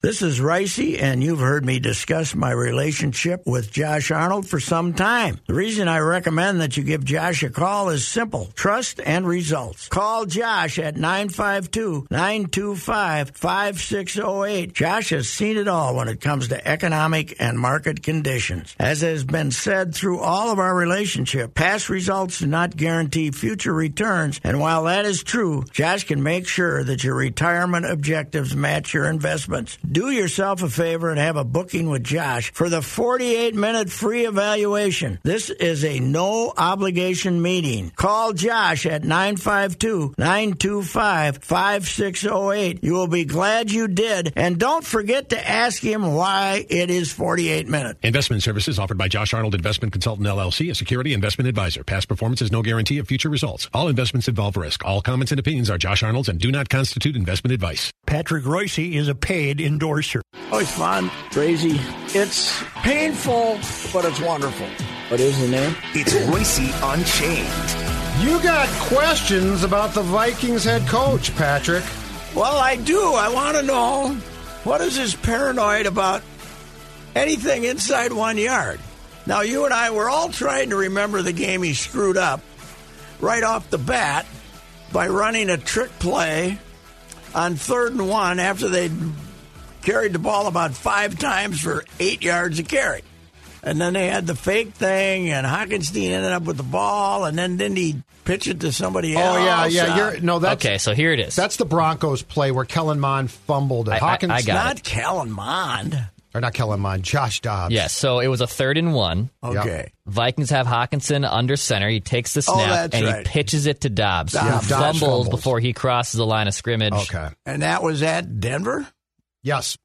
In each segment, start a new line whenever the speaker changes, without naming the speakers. This is Ricey, and you've heard me discuss my relationship with Josh Arnold for some time. The reason I recommend that you give Josh a call is simple trust and results. Call Josh at 952 925 5608. Josh has seen it all when it comes to economic and market conditions. As has been said through all of our relationship, past results do not guarantee future returns, and while that is true, Josh can make sure that your retirement objectives match your investments. Do yourself a favor and have a booking with Josh for the 48 minute free evaluation. This is a no obligation meeting. Call Josh at 952 925 5608. You will be glad you did. And don't forget to ask him why it is 48 minutes.
Investment services offered by Josh Arnold Investment Consultant LLC, a security investment advisor. Past performance is no guarantee of future results. All investments involve risk. All comments and opinions are Josh Arnold's and do not constitute investment advice.
Patrick Royce is a paid endorser.
Oh, it's fun, crazy. It's painful, but it's wonderful. What is the name?
It's Royce Unchained.
You got questions about the Vikings head coach, Patrick.
Well, I do. I want to know what is this paranoid about anything inside one yard? Now, you and I were all trying to remember the game he screwed up right off the bat by running a trick play on third and one after they carried the ball about five times for eight yards a carry. And then they had the fake thing, and Hockenstein ended up with the ball, and then didn't he pitch it to somebody
Oh
else?
yeah,
Uh,
yeah. You're no. That's
okay, so here it is.
that's the Broncos play where Kellen Mond fumbled.
I-
At
I-
Hawkins,
I got it.
not Callan Mond.
or not Kellen Mond, Josh Dobbs.
yes. So it was a third and one.
Okay.
Vikings have Hawkinson under center. He takes the
Oh,
snap
that's
and
right.
he pitches it to Dobbs, who
Dobbs.
Yeah, Dobbs
fumbles,
fumbles.
before he crosses the line of scrimmage.
Okay.
And that was at Denver?
Yes.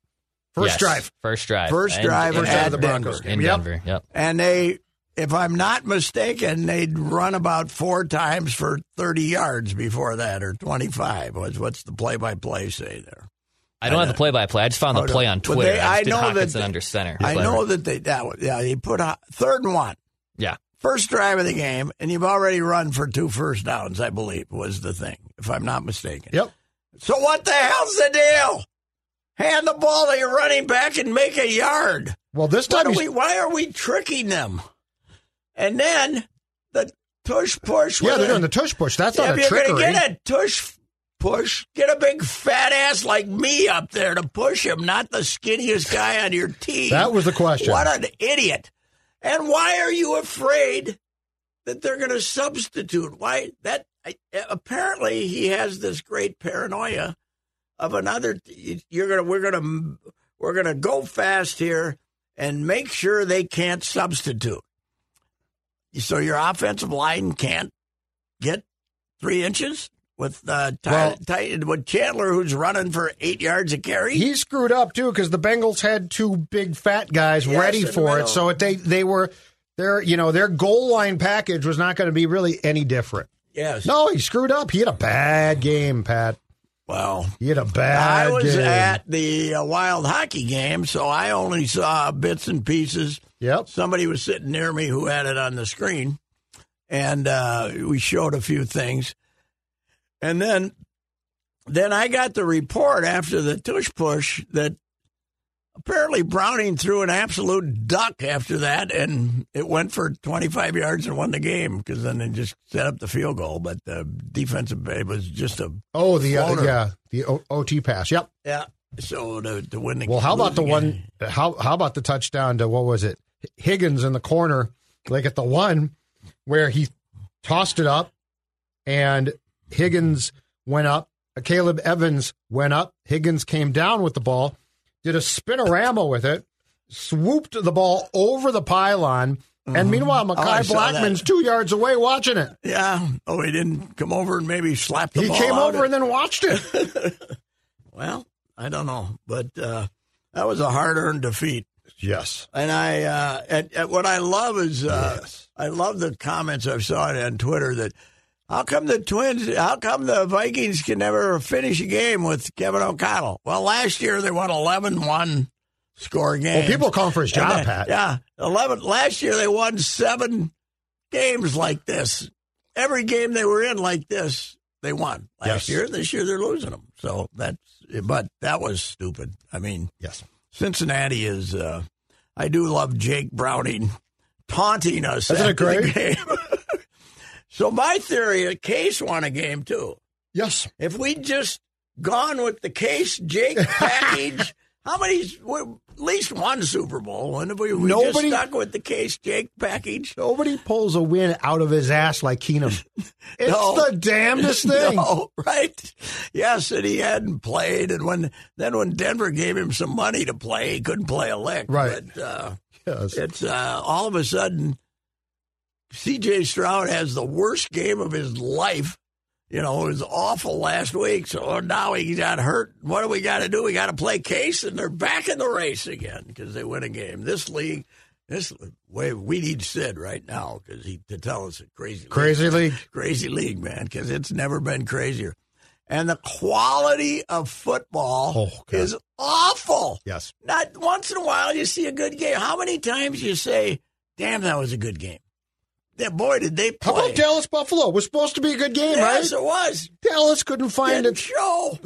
First
Yes,
drive.
First drive.
First drive
First
at
drive of the Broncos
Denver.
game.
in
Yep.
Denver. Yep.
And they, if I'm not mistaken, they'd run about four times for 30 yards before that, or 25 was what's the play by play say there.
I don't have the play by play. I just found the
Oh, no.
play on
But they-
Twitter. I,
I
just did
know that
Hawkinson
they-
under center.
I
Clever.
know that they, that was, yeah, they put a third and one,
Yeah.
first drive of the game, and you've already run for two first downs, I believe, was the thing, if I'm not mistaken.
Yep.
So what the hell's the deal? Hand the ball to your running back and make a yard.
Well, this
Why,
time
do
he's
we, why are we tricking them? And then the tush push.
yeah,
with
they're
a-
doing the tush push. That's
if
not a
you're
trickery.
gonna get a tush push, get a big fat ass like me up there to push him, not the skinniest guy on your team.
That was the question.
What an idiot! And why are you afraid that they're going to substitute? Why that? I, apparently, he has this great paranoia of another. You're gonna, we're gonna, we're gonna go fast here and make sure they can't substitute. So your offensive line can't get three inches with uh, Ty-
Well-
Ty- with Chandler, who's running for eight yards a carry.
he screwed up too because the Bengals had two big fat guys
Yes,
ready
in the
for
middle.
it. So it, they they were their you know their goal line package was not going to be really any different.
yes.
No, he screwed up. He had a bad game, Pat.
Well,
He had a bad.
I was
game.
at the uh, wild hockey game, so I only saw bits and pieces.
Yep.
Somebody was sitting near me who had it on the screen, and uh, we showed a few things, and then then I got the report after the tush push that apparently Browning threw an absolute duck after that, and it went for 25 yards and won the game because then they just set up the field goal, but the defensive it was just a
Oh, the uh,
Floater.
yeah, the o- OT pass. Yep.
yeah. So to, to win the
Well, how
lose
about the one? How how about the touchdown to what was it? Higgins in the corner, like at the one where he tossed it up, and Higgins went up. Caleb Evans went up. Higgins came down with the ball, did a spinorama with it, swooped the ball over the pylon, and meanwhile,
Mm-hmm. Oh, I
Makai
saw
Blackman's
that.
two yards away watching it.
Yeah. Oh, he didn't come over and maybe slap the
He
ball.
came
out.
over and then watched it.
well, I don't know, but uh, that was a hard-earned defeat.
yes.
And I, uh, and, and what I love is, uh, I love the comments I've saw on Twitter that, how come the Twins, how come the Vikings can never finish a game with Kevin O'Connell? Well, last year they won 11-1 score games.
Well, people call for his
And
job,
they-
Pat.
Yeah, eleven. Last year they won seven games like this. Every game they were in like this, They won last
Yes.
year. This year they're losing them. So that's but that was stupid. I mean,
Yes.
Cincinnati is. Uh, I do love Jake Browning taunting us
Isn't it
after the
great?
game. so my theory, is Case won a game too.
Yes.
If we just gone with the Case Jake package, how many? well, At least one Super Bowl. And if we, we
Nobody-
just stuck with the Case Jake package.
Nobody pulls a win out of his ass like Keenum. It's
No.
the damnedest thing.
No, right? Yes, and he hadn't played, and when then when Denver gave him some money to play, he couldn't play a lick.
Right.
But uh,
Yes.
it's uh, all of a sudden, C.J. Stroud has the worst game of his life. You know, it was awful last week, so now he got hurt. What do we got to do? We got to play case, and they're back in the race again because they win a game. This league, this way, we need Sid right now because he to tell us a crazy, league
Crazy league.
crazy league, man, because it's never been crazier. And the quality of football
Oh, God.
is awful.
Yes.
Not once in a while you see a good game. How many times you say, "Damn, that was a good game"? That boy, did they
How
play?
about Dallas Buffalo? It was supposed to be a good game,
yes,
right?
it was.
Dallas couldn't find
Didn't
it.
show.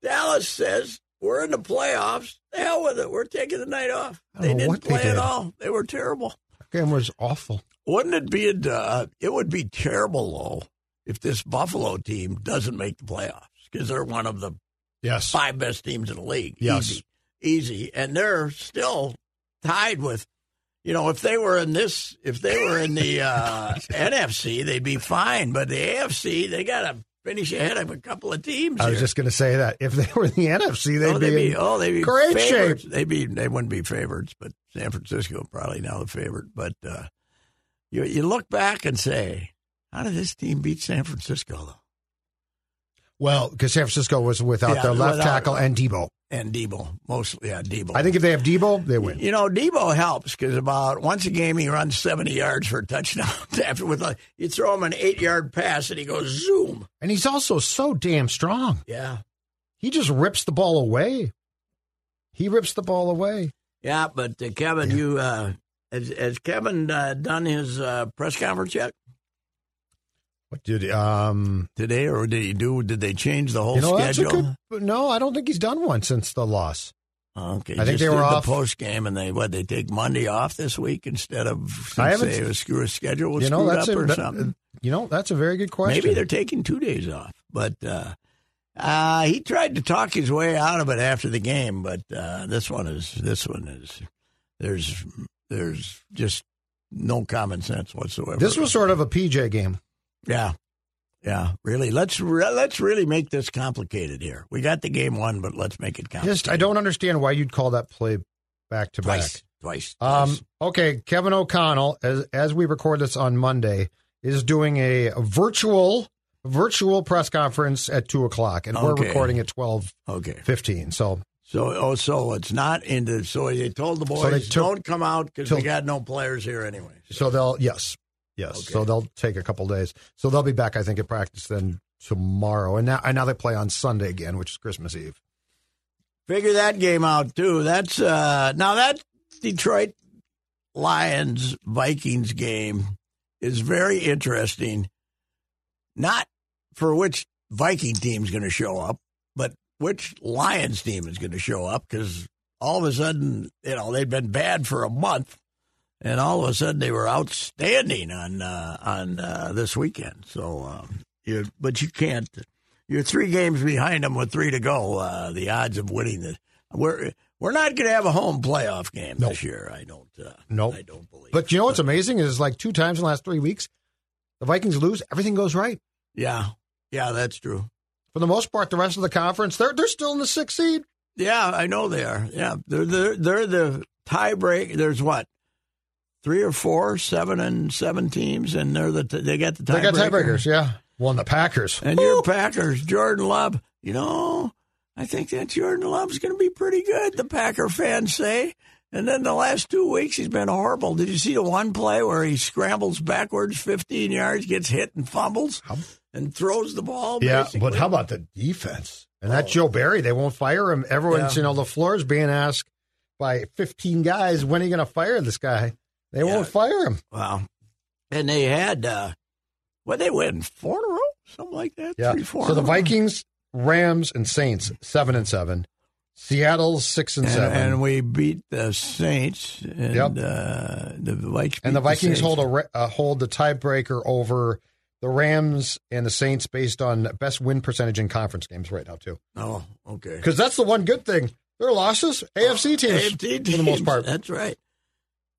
Dallas says we're in the playoffs. The hell with it. We're taking the night off.
I don't
They
know
didn't
what they
play at
did.
all. They were terrible.
Game was awful.
Wouldn't it be a? Uh, it would be terrible though if this Buffalo team doesn't make the playoffs because they're one of the
Yes.
five best teams in the league.
Yes.
Easy. Easy. And they're still tied with you know, if they were in this if they were in the uh, NFC, they'd be fine. But the AFC, they gotta finish ahead of a couple of teams.
I
here.
was just going to say that if they were in the NFC, they'd
oh,
be,
they'd be
in-
oh they'd be
great
favorites. They'd be they wouldn't be favorites, but San Francisco probably now the favorite. But uh, you you look back and say, How did this team beat San Francisco though?
well because San Francisco was without
Yeah,
their left
without-
tackle and Debo.
And Debo, mostly yeah, Debo.
I think if they have Debo, they win.
You know, Debo helps because about once a game he runs seventy yards for a touchdown. After with a, you throw him an eight-yard pass and he goes zoom.
And he's also so damn strong.
Yeah,
He just rips the ball away. He rips the ball away.
yeah. But uh, Kevin, you uh, has, has Kevin uh, done his uh, press conference yet
What did um?
today, or did he do? Did they change the whole
You know that's a
schedule?
good. but No, I don't think he's done one since the loss.
Oh, Okay,
I think
just
they were
did the
off-
post game, and they what they take Monday off this week instead of since
I haven't-
they screw a schedule was
you know
screwed
that's
up
a,
or
that-
something.
you know that's a very good question.
Maybe they're taking two days off, but uh, uh, he tried to talk his way out of it after the game. But uh, this one is this one is there's there's just no common sense whatsoever.
this was sort of a PJ game.
yeah, yeah, really. Let's re- let's really make this complicated here. We got the game one, but let's make it complicated.
Just I don't understand why you'd call that play back to back.
twice, twice,
Um,
twice.
okay, Kevin O'Connell, as as we record this on Monday, is doing a virtual virtual press conference at two o'clock, and we're
Okay.
recording at twelve
Okay.
fifteen. So
So, oh, so it's not in the. So they told the boys
they took-
don't come out because we
took-
got no players here anyway.
so they'll yes yes.
Okay.
So they'll take a couple days. So they'll be back, I think, at practice then tomorrow, and now and now they play on Sunday again, which is Christmas Eve.
Figure that game out too. That's uh now that Detroit Lions Vikings game is very interesting. Not for which Viking team's going to show up, but which Lions team is going to show up because all of a sudden, you know, they'd been bad for a month, and all of a sudden they were outstanding on uh, on uh, this weekend. So, um, you, but you can't. You're three games behind them with three to go. Uh, the odds of winning this, we're we're not going to have a home playoff game
Nope.
this year. I don't. Uh,
Nope.
I don't believe.
But you know what's amazing is like two times in the last three weeks, the Vikings lose, everything goes right.
yeah, yeah, that's true.
For the most part, the rest of the conference, they're they're still in the sixth seed.
Yeah, I know they are. Yeah, they're they're, they're the tiebreak. There's what three or four, seven and seven teams, and they're the they got the tiebreaker.
They got tiebreakers, yeah. Won the Packers.
And your Packers, Jordan Love. You know, I think that Jordan Love's going to be pretty good. The Packer fans say. And then the last two weeks, he's been horrible. Did you see the one play where he scrambles backwards 15 yards, gets hit and fumbles, and throws the ball?
Yeah,
basically?
but how about the defense? And that Joe Barry, they won't fire him. Everyone's,
Yeah.
you know, LaFleur's being asked by 15 guys, when are you going to fire this guy? They
Yeah.
won't fire him.
Wow. And they had, uh, what, they win four in a row? something like that.
Yeah.
Three, four.
So the Vikings, Rams, and Saints seven and seven. Seattle's six and,
And,
seven.
and
And,
we beat the Saints, and
Yep.
uh, the Vikings. beat
the Vikings
Saints.
hold a re- uh, hold the tiebreaker over the Rams and the Saints based on best win percentage in conference games right now too.
Oh, okay.
Because that's the one good thing. Their losses,
Oh,
AFC teams,
AFC
for the most
teams,
part.
That's right.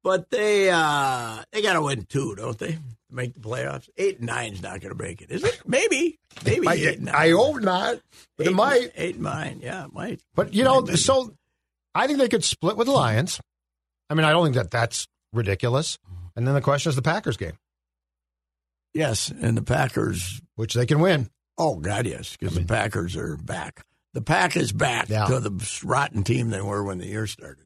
But they uh, they got to win two, don't they? To make the playoffs. Eight and nine's not going to make it, is it? Maybe, maybe.
I,
eight and nine.
I hope not,
Eight
but it
and-
might.
Eight and nine, yeah, it might.
But you know,
Might, maybe.
so I think they could split with the Lions. I mean, I don't think that that's ridiculous. And then the question is the Packers game,
yes, and the Packers.
which they can win.
Oh God, yes, because the Packers are back. The Pack is back
Yeah.
to the rotten team they were when the year started.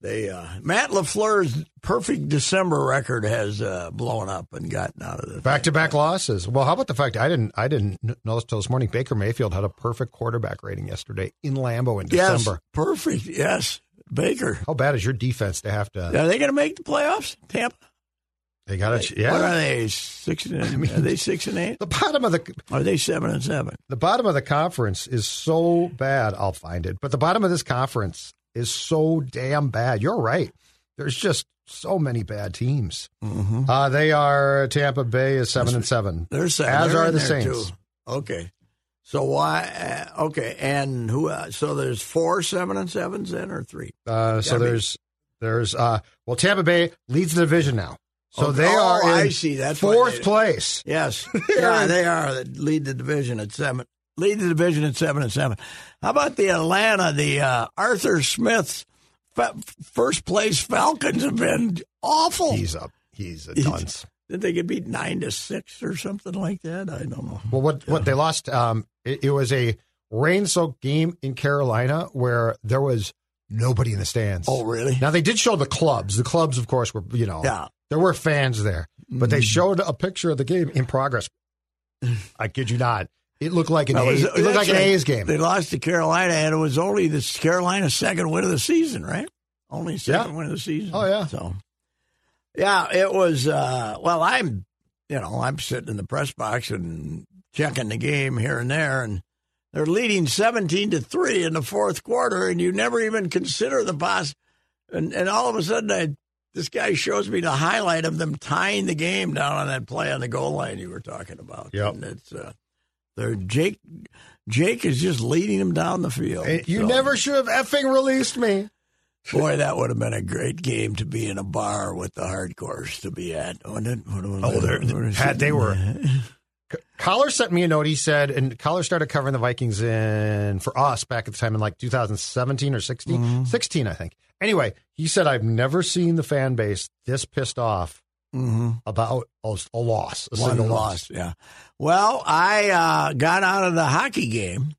They uh, Matt Lafleur's perfect December record has uh, blown up and gotten out of the
Back to back losses. Well, how about the fact I didn't I didn't kn- know this till this morning. Baker Mayfield had a perfect quarterback rating yesterday in Lambeau in
Yes,
December.
perfect. Yes, Baker.
How bad is your defense to have to?
Are they going to make the playoffs? Tampa.
They got to.
What are
Yeah,
they? Six and are they six and eight?
the bottom of the
Are they seven and seven?
the bottom of the conference is so bad. I'll find it. But the bottom of this conference is so damn bad. You're right. There's just so many bad teams.
Mm-hmm.
Uh, they are Tampa Bay is seven and seven.
They're seven.
As
They're
are
in
the
there,
Saints.
too. Okay. So why? Uh, okay, and who? Uh, so there's four seven and sevens then, or three?
Uh, so
I mean-
there's there's uh, well Tampa Bay leads the division now. So
Okay.
they
Oh,
are in
I see. That's why
fourth
they-
place.
Yes. yeah, they are. They lead the division at seven. Lead the division at seven and seven. How about the Atlanta? The uh, Arthur Smith's fa- first place Falcons have been awful.
He's up. He's a
He's-
dunce.
Did they get beat nine to six or something like that? I don't know.
Well, what what they lost? Um, it, it was a rain soaked game in Carolina where there was nobody in the stands.
Oh, really?
Now they did show the clubs. The clubs, of course, were you know
Yeah. Mm.
there were fans there, but they showed a picture of the game in progress. I kid you not. It looked like an
That was-
A's, it looked like an
that's right.
A's game.
They lost to Carolina, and it was only this Carolina's second win of the season, right? Only second
Yeah.
win of the season.
Oh, yeah.
So, yeah, it was. Uh, well, I'm, you know, I'm sitting in the press box and checking the game here and there, and they're leading seventeen to three in the fourth quarter, and you never even consider the boss. And and all of a sudden, I. This guy shows me the highlight of them tying the game down on that play on the goal line you were talking about.
Yep.
And it's uh, they're Jake. Jake is just leading him down the field.
Hey, You
So,
never should have effing released me.
boy, that would have been a great game to be in a bar with the hardcores to be at. Wouldn't it?
Oh, they're- Pat, they were- Collar sent me a note. He said, and Collar started covering the Vikings in for us back at the time in like 2017 or 16,
Mm-hmm.
16, I think. Anyway, he said, I've never seen the fan base this pissed off
hmm
about a, a loss, a
One
single
loss. Yeah. Well, I uh, got out of the hockey game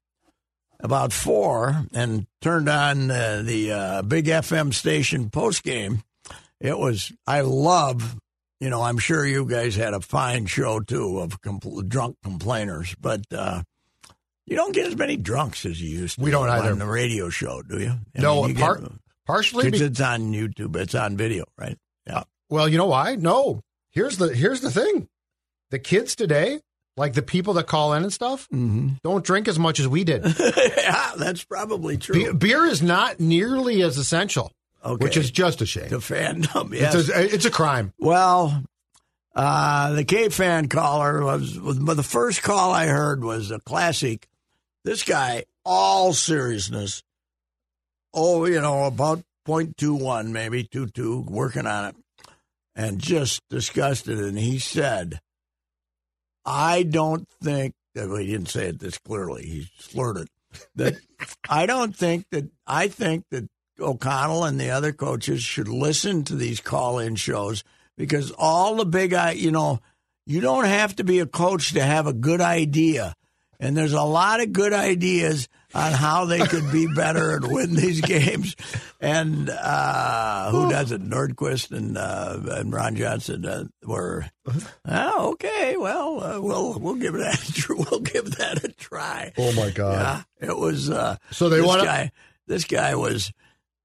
about four and turned on uh, the uh, big FM station post game. It was. I love. You know, I'm sure you guys had a fine show too of compl- drunk complainers, but uh, you don't get as many drunks as you used to.
We don't either.
on the radio show, do you? I
No,
mean, you
part-
get-
Partially,
it's,
be-
it's on YouTube. It's on video, right? Yeah.
well, you know why? No. Here's the here's the thing. The kids today, like the people that call in and stuff,
Mm-hmm.
don't drink as much as we did.
yeah, that's probably true.
Be- beer is not nearly as essential,
okay.
which is just a shame.
to fandom. um, Yes.
It's a, it's a crime.
well, uh, the K fan caller was, was, but the first call I heard was a classic. This guy, all seriousness, oh, you know, about 0.21, maybe 2.2, working on it, and just disgusted. And he said, I don't think that well, he didn't say it this clearly. He slurred it. That I don't think that I think that O'Connell and the other coaches should listen to these call-in shows because all the big, i- you know, you don't have to be a coach to have a good idea, and there's a lot of good ideas on how they could be better and win these games. And uh, who does it? Nordquist and uh, and Ron Johnson uh, were Oh, okay. Well, uh, we'll we'll give that we'll give that a try.
Oh my god.
Yeah, it was. Uh,
So they
this
wanna-
guy. This guy was.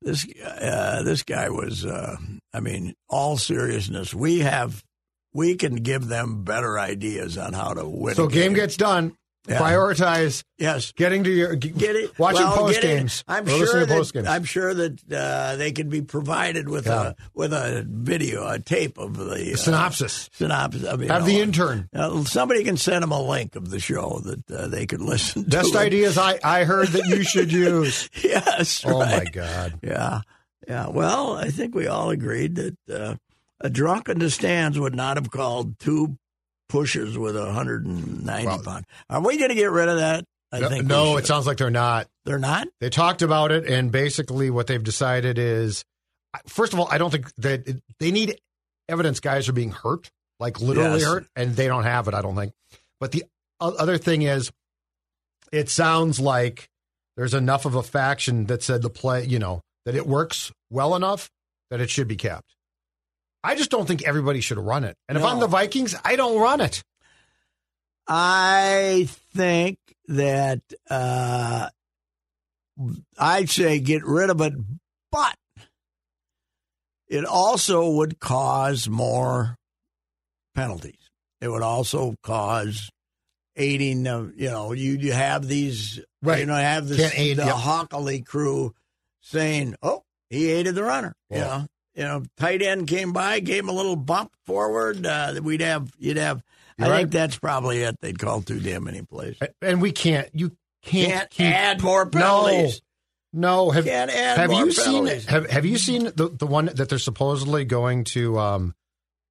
This uh, this guy was. Uh, I mean, all seriousness. We have we can give them better ideas on how to win.
So
a
game gets done.
Yeah.
Prioritize
yes.
getting to your g-
Get it?
Watching
well,
post
get it-
games.
I'm
or
sure
listening to
that
post games.
I'm sure that uh, they can be provided with a with a video, a tape of the uh,
synopsis.
synopsis. I mean,
Have the
you know,
intern.
uh, somebody can send them a link of the show that uh, they could listen to. it.
Best ideas I, I heard that you should use.
Yes.
Oh my
right.
God.
Yeah. Yeah. Well, I think we all agreed that uh, a drunk in the stands would not have called two pushers with a 190
Well-
pound. Are we going to get rid of that? I
No,
think we
no
should.
it sounds like they're not.
They're not?
They talked about it, and basically what they've decided is, first of all, I don't think that they need evidence. Guys are being hurt, like literally
Yes.
hurt, and they don't have it. I don't think. But the o- other thing is, it sounds like there's enough of a faction that said the play, you know, that it works well enough that it should be kept. I just don't think everybody should run it. And if I'm
No.
the Vikings, I don't run it.
I think that uh, I'd say get rid of it, but it also would cause more penalties. It would also cause aiding of you know you you have these
Right.
you know have this,
Can't aid,
the
yep.
Hockley crew saying oh he aided the runner you
Well.
know you know tight end came by gave him a little bump forward uh, we'd have you'd have
You're
I
right.
think that's probably it. They'd call too damn many plays.
A- And we can't. You
Can't
can't, keep-
add more penalties.
No, no. Have,
Can't add
have
more
you seen
penalties.
have Have you seen the the one that they're supposedly going to um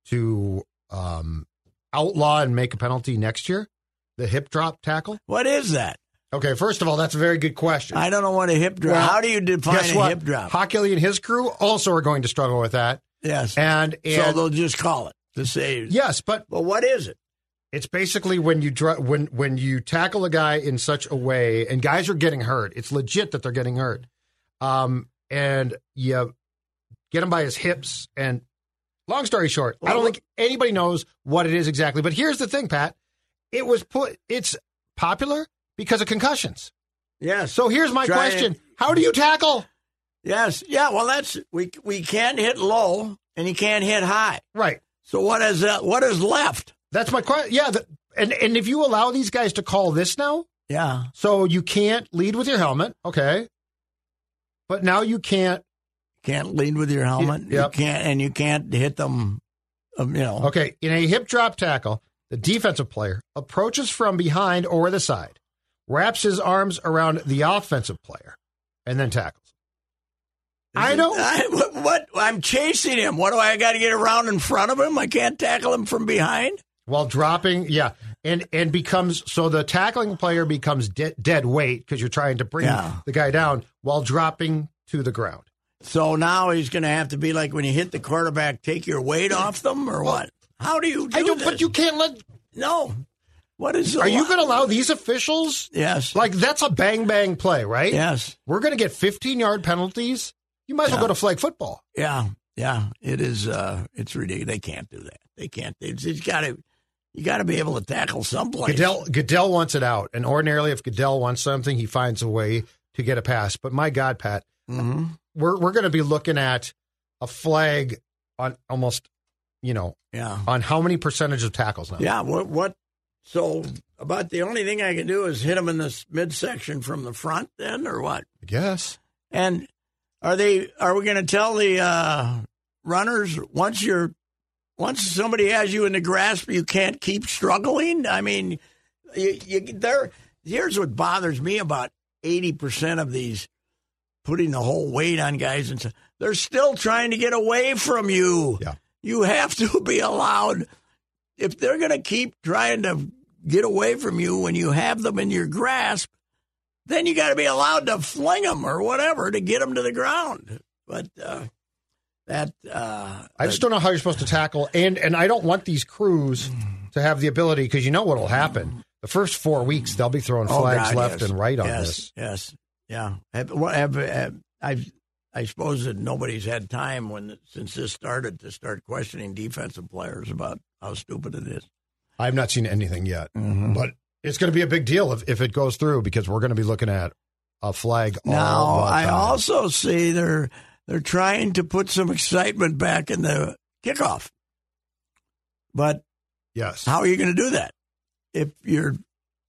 to um outlaw and make a penalty next year? The hip drop tackle.
What is that?
Okay, first of all, that's a very good question.
I don't know what a hip drop.
Well,
How do you define
Guess
a
what?
hip drop?
Hockley and his crew also are going to struggle with that.
yes.
And,
so
and
they'll just call it to say.
yes, but
Well, what is it?
It's basically when you dr- when when you tackle a guy in such a way, and guys are getting hurt. It's legit that they're getting hurt, um, and you get him by his hips. And long story short, I don't think anybody knows what it is exactly. But here's the thing, Pat: it was put. It's popular because of concussions.
Yes.
So here's my
Try it.
question: How do you tackle?
yes. Yeah. Well, that's we we can't hit low and you can't hit high.
Right.
So what is that? What is left?
That's my question. Yeah. The, and and if you allow these guys to call this now,
Yeah.
So you can't lead with your helmet, okay? But now you can't.
Can't lead with your helmet.
Yep.
You can't and you can't hit them. Um, you know.
Okay, in a hip drop tackle, the defensive player approaches from behind or the side, wraps his arms around the offensive player, and then tackles. I don't.
I, what, what? I'm chasing him. What do I got to get around in front of him? I can't tackle him from behind.
While dropping, yeah, and and becomes so the tackling player becomes de- dead weight because you're trying to bring
Yeah.
the guy down while dropping to the ground.
So now he's going to have to be like when you hit the quarterback, take your weight off them or what? How do you? Do
I don't.
This?
But you can't let.
no. What is? the
Are you
law?
going to allow these officials?
Yes.
Like that's a bang bang play, right?
yes.
we're going to get 15 yard penalties. You might as well go to flag football.
Yeah. Yeah. It is. Uh. It's ridiculous. They can't do that. They can't. They just got to. You got to be able to tackle someplace.
Goodell, Goodell wants it out. And ordinarily, if Goodell wants something, he finds a way to get a pass. But my God, Pat,
hmm
we're, we're going to be looking at a flag on almost, you know,
Yeah.
on how many percentage of tackles now?
Yeah. What? What? So about the only thing I can do is hit him in the s- midsection from the front, then, or what?
I guess.
And are they? Are we going to tell the uh, runners once you're once somebody has you in the grasp, you can't keep struggling? I mean, you, you, there. Here's what bothers me about eighty percent of these putting the whole weight on guys, and stuff. they're still trying to get away from you.
Yeah.
You have to be allowed if they're going to keep trying to get away from you when you have them in your grasp then you got to be allowed to fling them or whatever to get them to the ground. But uh, that uh,
I just don't know how you're supposed to tackle. And, and I don't want these crews to have the ability because you know what will happen. The first four weeks, they'll be throwing
oh,
flags
God,
left
yes.
and right on
yes,
this.
Yes, yeah. Have, what, have, have, I've, I suppose that nobody's had time when since this started to start questioning defensive players about how stupid it is.
I've not seen anything yet,
Mm-hmm.
but it's going to be a big deal if, if it goes through because we're going to be looking at a flag. all
Now,
the
I
time.
also see they're they're trying to put some excitement back in the kickoff. But
Yes.
how are you going to do that? If you're,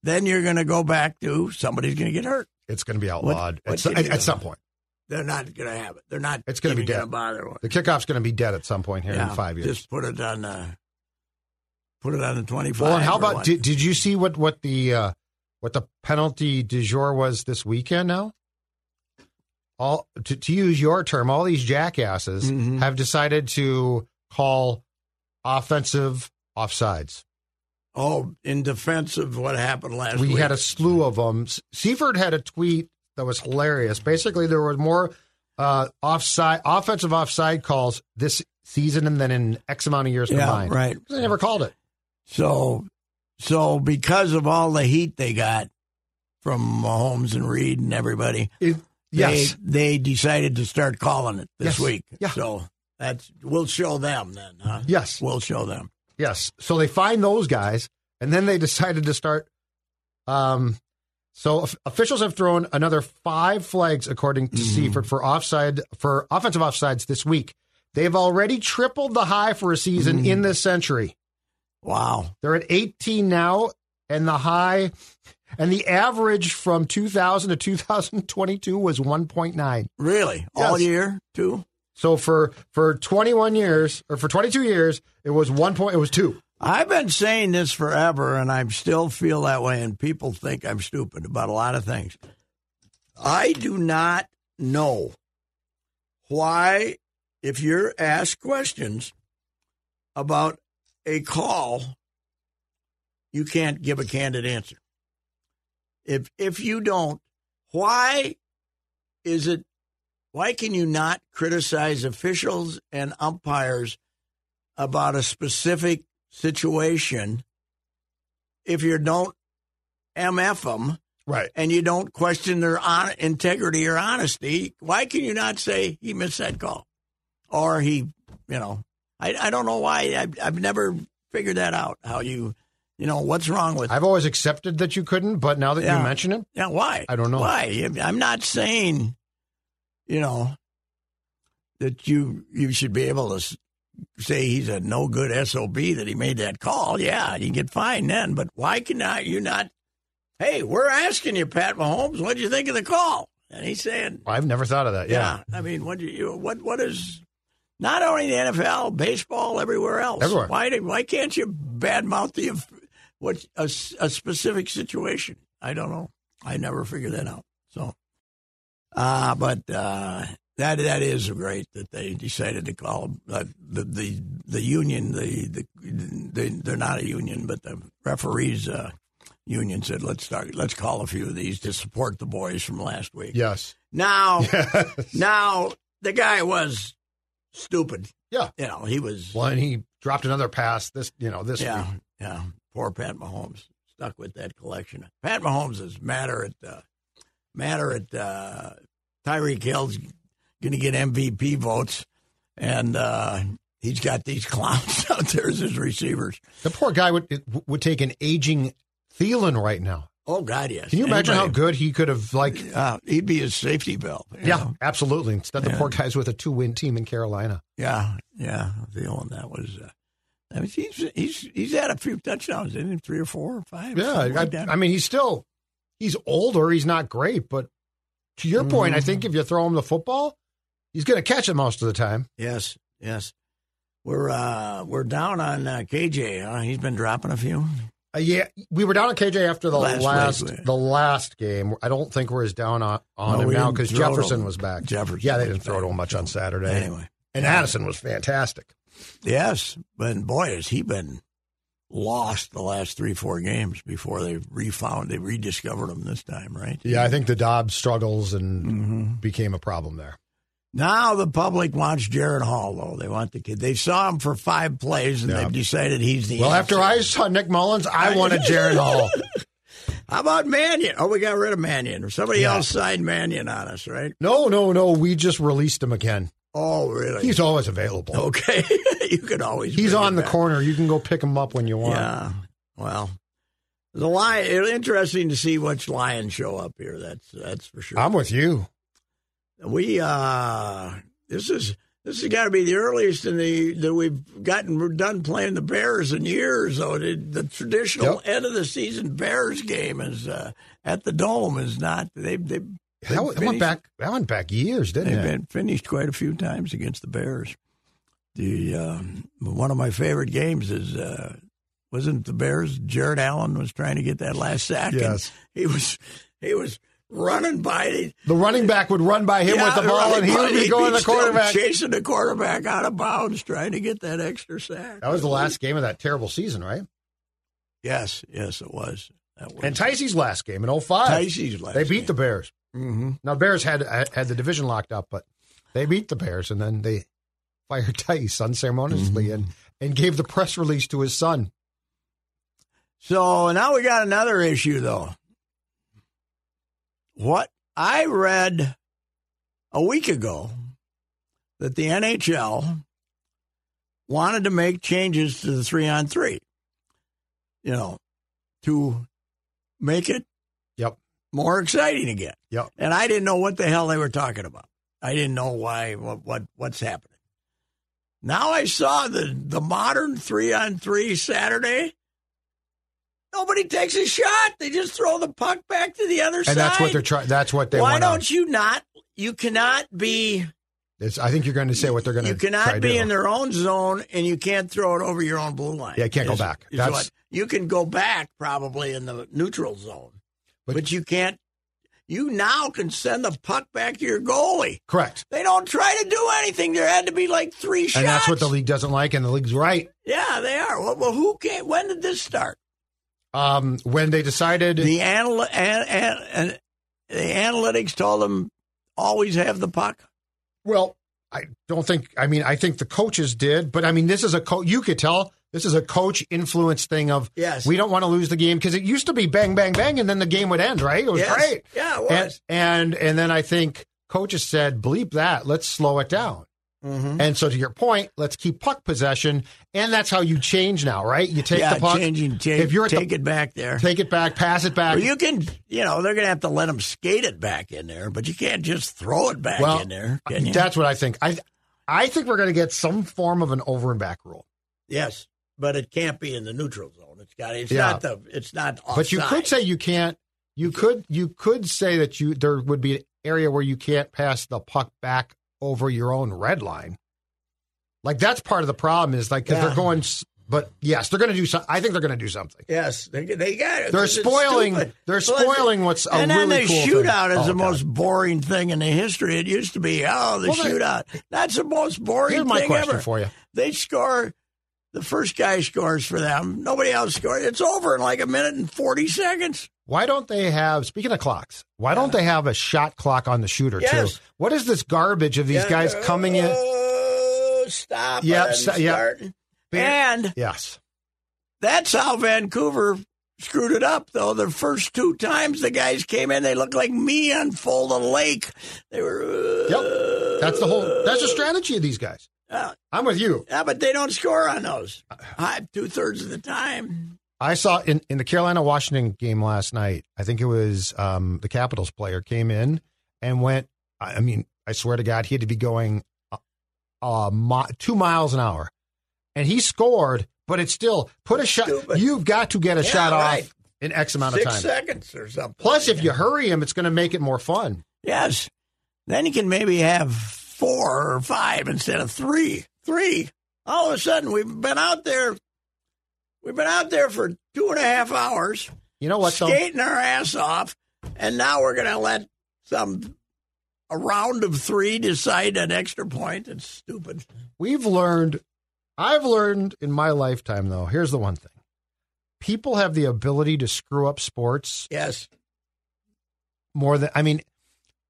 then you're going to go back to somebody's going to get hurt.
It's going to be outlawed
what
at, some,
can you
at,
do?
at some point.
They're not going to have it. They're not.
It's gonna be
even
dead.
gonna bother. One.
The kickoff's going to be dead at some point here
Yeah,
in five years.
Just put it on. Uh, put it on the twenty-five.
well, and how
or
about
what.
did, did you see what what the uh, what the penalty du jour was this weekend? Now, all to, to use your term, all these jackasses
Mhm.
have decided to call offensive offsides.
Oh, in defense of what happened last
we
week.
had a slew of them. Seaford had a tweet that was hilarious. Basically, there were more uh, offside, offensive offside calls this season than in X amount of years
yeah,
combined.
right.
'Cause They never called it.
So, so because of all the heat they got from Mahomes and Reed and everybody,
It- yes,
they, they decided to start calling it this
Yes.
week.
Yeah.
So that's we'll show them then. Huh?
yes,
We'll show them.
yes. So they find those guys, and then they decided to start. Um, so of- officials have thrown another five flags, according to
Mm-hmm.
Seaford, for offside for offensive offsides this week. They've already tripled the high for a season
Mm.
in this century.
Wow.
They're at 18 now, and the high and the average from 2000 to 2022 was 1.9.
Really? All
Yes.
year too?
So for for 21 years or for 22 years, it was one point. It was two.
I've been saying this forever, and I still feel that way, and people think I'm stupid about a lot of things. I do not know why, if you're asked questions about a call, you can't give a candid answer. If if you don't, why is it? Why can you not criticize officials and umpires about a specific situation if you don't MF them
Right.
and you don't question their hon- integrity or honesty, why can you not say he missed that call? Or he, you know, I, I don't know why. I've, I've never figured that out. How you, you know, what's wrong with
I've always accepted that you couldn't, but now that
Yeah.
you mention it,
yeah, why?
I don't know.
Why? I'm not saying, you know, that you you should be able to s- say he's a no good sob that he made that call. Yeah, you get fined then. But why cannot you not? Hey, we're asking you, Pat Mahomes, what'd you think of the call? And he's saying,
I've never thought of that. Yeah.
yeah. I mean, what do you what what is not only the NFL, baseball, everywhere else.
Everywhere.
Why do, why can't you badmouth the what a, s- a specific situation? I don't know. I never figured that out. So, uh, but uh, that that is great that they decided to call uh, the the the union the, the they they're not a union, but the referees. Uh, Union said, "Let's start. Let's call a few of these to support the boys from last week."
Yes.
Now, now the guy was stupid.
Yeah.
You know, he was.
Well, and he dropped another pass. This, you know, this.
Yeah,
week.
yeah. Poor Pat Mahomes stuck with that collection. Pat Mahomes is madder at uh, madder at uh, Tyreek Hill's going to get MVP votes, and uh, he's got these clowns out there as his receivers.
the poor guy would it would take an aging Thielen right now.
Oh God, yes.
Can you imagine how
Anybody-
good he could have like?
Uh, he'd be his safety belt. you
Yeah,
know?
absolutely. Instead, the
Yeah.
poor guy's with a two win team in Carolina.
Yeah, yeah. The one that was. Uh, I mean, he's he's he's had a few touchdowns, isn't he? Three or four or five.
Yeah,
something like
I,
that.
I mean, he's still he's older. He's not great, but to your point,
Mm-hmm.
I think if you throw him the football, he's going to catch it most of the time.
yes, yes. We're uh we're down on uh, KJ. Huh? He's been dropping a few.
Uh, yeah, we were down on KJ after the
Last
last,
week, yeah.
the last game. I don't think we're as down on, on
No,
him
we
now
didn't
because
throw to
Jefferson
him.
was back.
Jefferson
yeah, they
was
didn't throw
back,
to him much on Saturday.
Anyway,
and Addison was fantastic.
yes, but boy, has he been lost the last three four games before they refound they rediscovered him this time, right?
Yeah, I think the Dobbs struggles and
Mm-hmm.
became a problem there.
Now the public wants Jared Hall though. They want the kid. They saw him for five plays and
Yeah.
they've decided he's the
Well,
answer.
after I saw Nick Mullins, I wanted Jaron Hall.
How about Mannion? Oh, we got rid of Mannion. Somebody
Yeah.
else signed Mannion on us, right?
No, no, no. We just released him again.
Oh, really?
He's always available.
okay. you could always.
He's
bring
on
him
the
back.
corner. You can go pick him up when you want.
Yeah. Well, the lion. It's interesting to see which lions show up here. That's that's for sure.
I'm with you.
we uh, this is This has got to be the earliest in the that we've gotten done playing the Bears in years. Though the, the traditional
Yep.
end of the season Bears game is uh, at the Dome is not. They they
That went- that went
finished-
back. That went back years, didn't
They've
it?
been finished quite a few times against the Bears. The um, one of my favorite games is uh, wasn't it the Bears? Jared Allen was trying to get that last sack. and
Yes.
he was. He was running by. The,
The running back would run by him
Yeah,
with the ball,
right,
and he would
but
be
he'd
going to the
still
quarterback.
chasing the quarterback out of bounds, trying to get that extra sack.
That was the last game of that terrible season, right?
Yes, yes, it was. That was
And Tyce's last game in 05.
Tyce's last.
they beat the Bears.
hmm
Now Bears had had the division locked up, but they beat the Bears, and then they fired Tice unceremoniously
Mm-hmm.
and and gave the press release to his son.
So now we got another issue, though. What I read a week ago that the NHL wanted to make changes to the three on three, you know, to make it
Yep.
more exciting again.
Yep.
And I didn't know what the hell they were talking about. I didn't know why what what what's happening. Now I saw the the modern three on three Saturday. Nobody takes a shot. They just throw the puck back to the other side.
And that's what they're trying. That's what they
Why
want.
don't you not? You cannot be.
It's, I think you're going to say what they're going to.
You cannot be in their own zone, and you can't throw it over your own blue line.
Yeah, you can't go back. That's-
what- you can go back probably in the neutral zone,
But-
but, you can't. You now can send the puck back to your goalie.
Correct.
They don't try to do anything. There had to be like three shots.
And that's what the league doesn't like, and the league's right.
Yeah, they are. Well, well who can't? When did this start?
Um, when they decided,
The anal- an- an- an- the analytics told them always have the puck.
well, I don't think. I mean, I think the coaches did, but I mean, this is a coach. You could tell this is a coach influence thing of
Yes.
we don't want to lose the game because it used to be bang, bang, bang, and then the game would end. Right? It was
Yes.
great.
Yeah, it
and
was.
and and then I think coaches said, "Bleep that, let's slow it down."
Mm-hmm.
And so, to your point, let's keep puck possession, and that's how you change now, right? You take
yeah,
the puck,
changing. Take,
if you're at the-
take it back there.
take it back, pass it back.
Well, you can, you know, they're going to have to let them skate it back in there, but you can't just throw it back
Well,
in there, can you?
That's what I think. I I think we're going to get some form of an over and back rule.
yes, but it can't be in the neutral zone. It's got. It's
Yeah.
not the. It's not. Offside.
But you could say you can't. You could you could say that you there would be an area where you can't pass the puck back over your own red line. Like that's part of the problem is like because
Yeah.
they're going. s- But yes, they're going to do. So, I think they're going to do something.
Yes, they, they got it.
They're
It's
spoiling-
stupid.
they're
Well, it's-
spoiling what's a
and then
really
the
cool thing.
shootout is
Oh,
the
God.
most boring thing in the history. It used to be oh the
Well, they-
shootout. That's the most boring
Here's my
thing
question
ever.
for you.
They score. The first guy scores for them. Nobody else scores. It's over in like a minute and forty seconds.
Why don't they have? Speaking of clocks, why don't they have a shot clock on the shooter
Yes.
too? What is this garbage of these
Yeah,
guys
uh,
coming in?
Oh, stop.
Yep,
and
sta- yep.
start. And
Yes,
that's how Vancouver screwed it up, though. The first two times the guys came in, they looked like me on Fold Lake. They were. uh,
Yep. that's the whole. That's the strategy of these guys.
Yeah.
I'm with you.
Yeah, but they don't score on those.
Uh,
Two thirds of the time.
I saw in, in the Carolina Washington game last night. I think it was um, the Capitals player came in and went. I I mean, I swear to God, he had to be going a, a mi- two miles an hour, and he scored. But it's still put a shot.
Stupid.
You've got to get a
Yeah,
shot
right.
off in X amount
Six
of time.
seconds or something.
Plus, if you hurry him, it's going to make it more fun.
Yes. Then you can maybe have four or five instead of three. Three. All of a sudden, we've been out there. We've been out there for two and a half hours,
You know what? Though?
skating our ass off, and now we're going to let some a round of three decide an extra point. It's stupid.
We've learned, I've learned in my lifetime, though, here's the one thing people have the ability to screw up sports
Yes.
more than, I mean,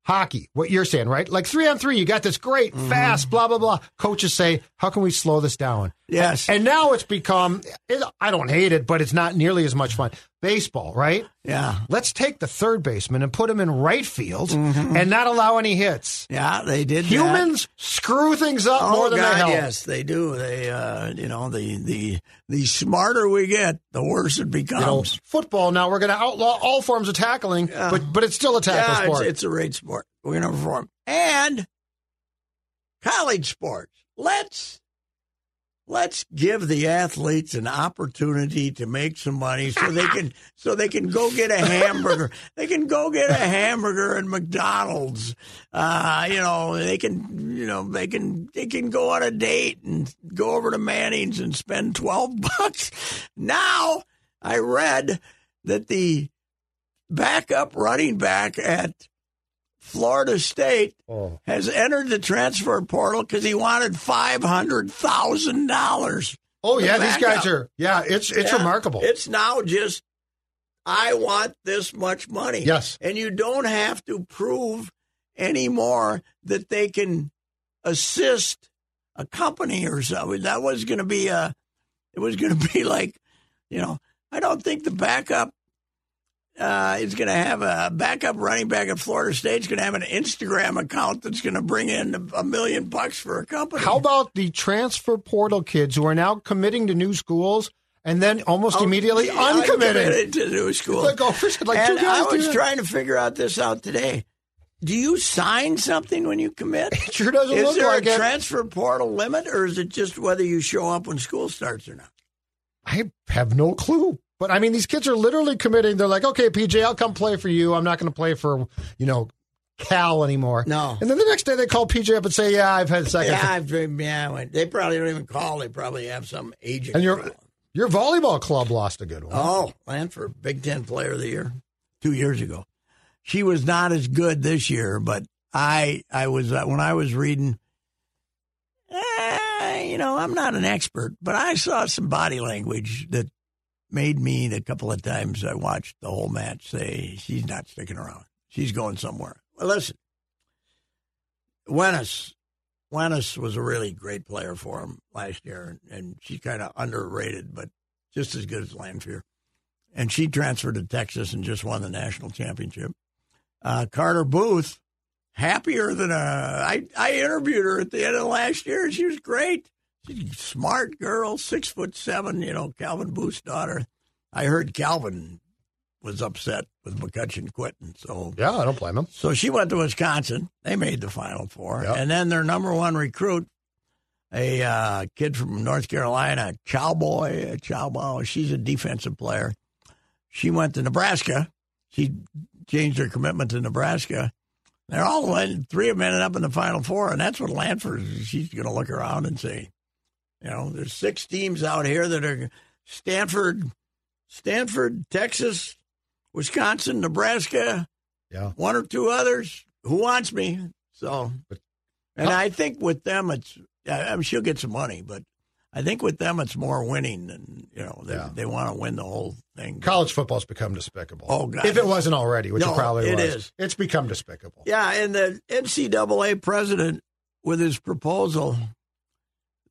hockey, what you're saying, right? Like three on three, you got this great, fast, blah, blah, blah. Coaches say, how can we slow this down?
Yes.
And now it's become, it, I don't hate it, but it's not nearly as much fun. Baseball, right?
yeah.
Let's take the third baseman and put him in right field and not allow any hits.
Yeah. They did. that.
Humans screw things up
Oh
more than
God,
they help.
yes, they do. They, uh, you know, the the the smarter we get, the worse it becomes.
You know, football now we're going to outlaw all forms of tackling, but but it's still a tackle
yeah,
sport.
It's, it's a great sport. We're going to perform. And college sports. Let's let's give the athletes an opportunity to make some money so they can so they can go get a hamburger they can go get a hamburger at mcdonald's uh, you know they can you know they can they can go on a date and go over to manning's and spend 12 bucks now i read that the backup running back at Florida State
Oh.
has entered the transfer portal because he wanted five hundred thousand dollars.
Oh yeah, these guys
backup.
are. Yeah, it's it's remarkable.
It's now just I want this much money.
Yes.
and you don't have to prove anymore that they can assist a company or something. That was going to be a. It was going to be like, you know, I don't think the backup. Uh, is going to have a backup running back at Florida State. Is going to have an Instagram account that's going to bring in a million bucks for a company.
How about the transfer portal kids who are now committing to new schools and then almost immediately
I'm
uncommitting?
Oh, committed to new school.
Like oh, golfers, like
and
two guys.
I was
do that.
trying to figure out this out today. Do you sign something when you commit?
It sure doesn't
is
look
there
like
a
it.
transfer portal limit, or is it just whether you show up when school starts or not?
I have no clue. But I mean, these kids are literally committing. They're like, okay, PJ, I'll come play for you. I'm not going to play for, you know, Cal anymore.
No.
And then the next day they call PJ up and say, yeah, I've had seconds.
Yeah, I've, yeah. I went- They probably don't even call. They probably have some agent.
And your,
call.
your volleyball club lost a good one.
Oh, Lanford, Big Ten Player of the Year, two years ago. She was not as good this year, but I, I was uh, when I was reading. eh, you know, I'm not an expert, but I saw some body language that made me the couple of times I watched the whole match say she's not sticking around. She's going somewhere. Well, listen, Wenis, Wenis was a really great player for him last year, and, and she's kind of underrated, but just as good as Lanfear. And she transferred to Texas and just won the national championship. Uh, Carter Booth, happier than a. I, I interviewed her at the end of last year, and she was great. She's a smart girl, six foot seven, you know, Calvin Booth's daughter. I heard Calvin was upset with McCutcheon quitting, so
Yeah, I don't blame them.
so she went to Wisconsin. They made the Final Four,
Yep.
and then their number one recruit, a uh, kid from North Carolina, Cowboy uh, Chowbow. She's a defensive player. She went to Nebraska. She changed her commitment to Nebraska. They're all went, three of them ended up in the Final Four, and that's what Lanford. She's going to look around and say, you know, there's six teams out here that are Stanford, Stanford, Texas, Wisconsin, Nebraska
Yeah.
one or two others who wants me. So, and I think with them, it's I, I'm, she'll get some money, but I think with them, it's more winning than you know. They,
Yeah.
they want to win the whole thing.
College football's become despicable.
Oh, God.
If it wasn't already, which
No,
it probably
it
was.
is.
It's become despicable.
Yeah, and the NCAA president with his proposal,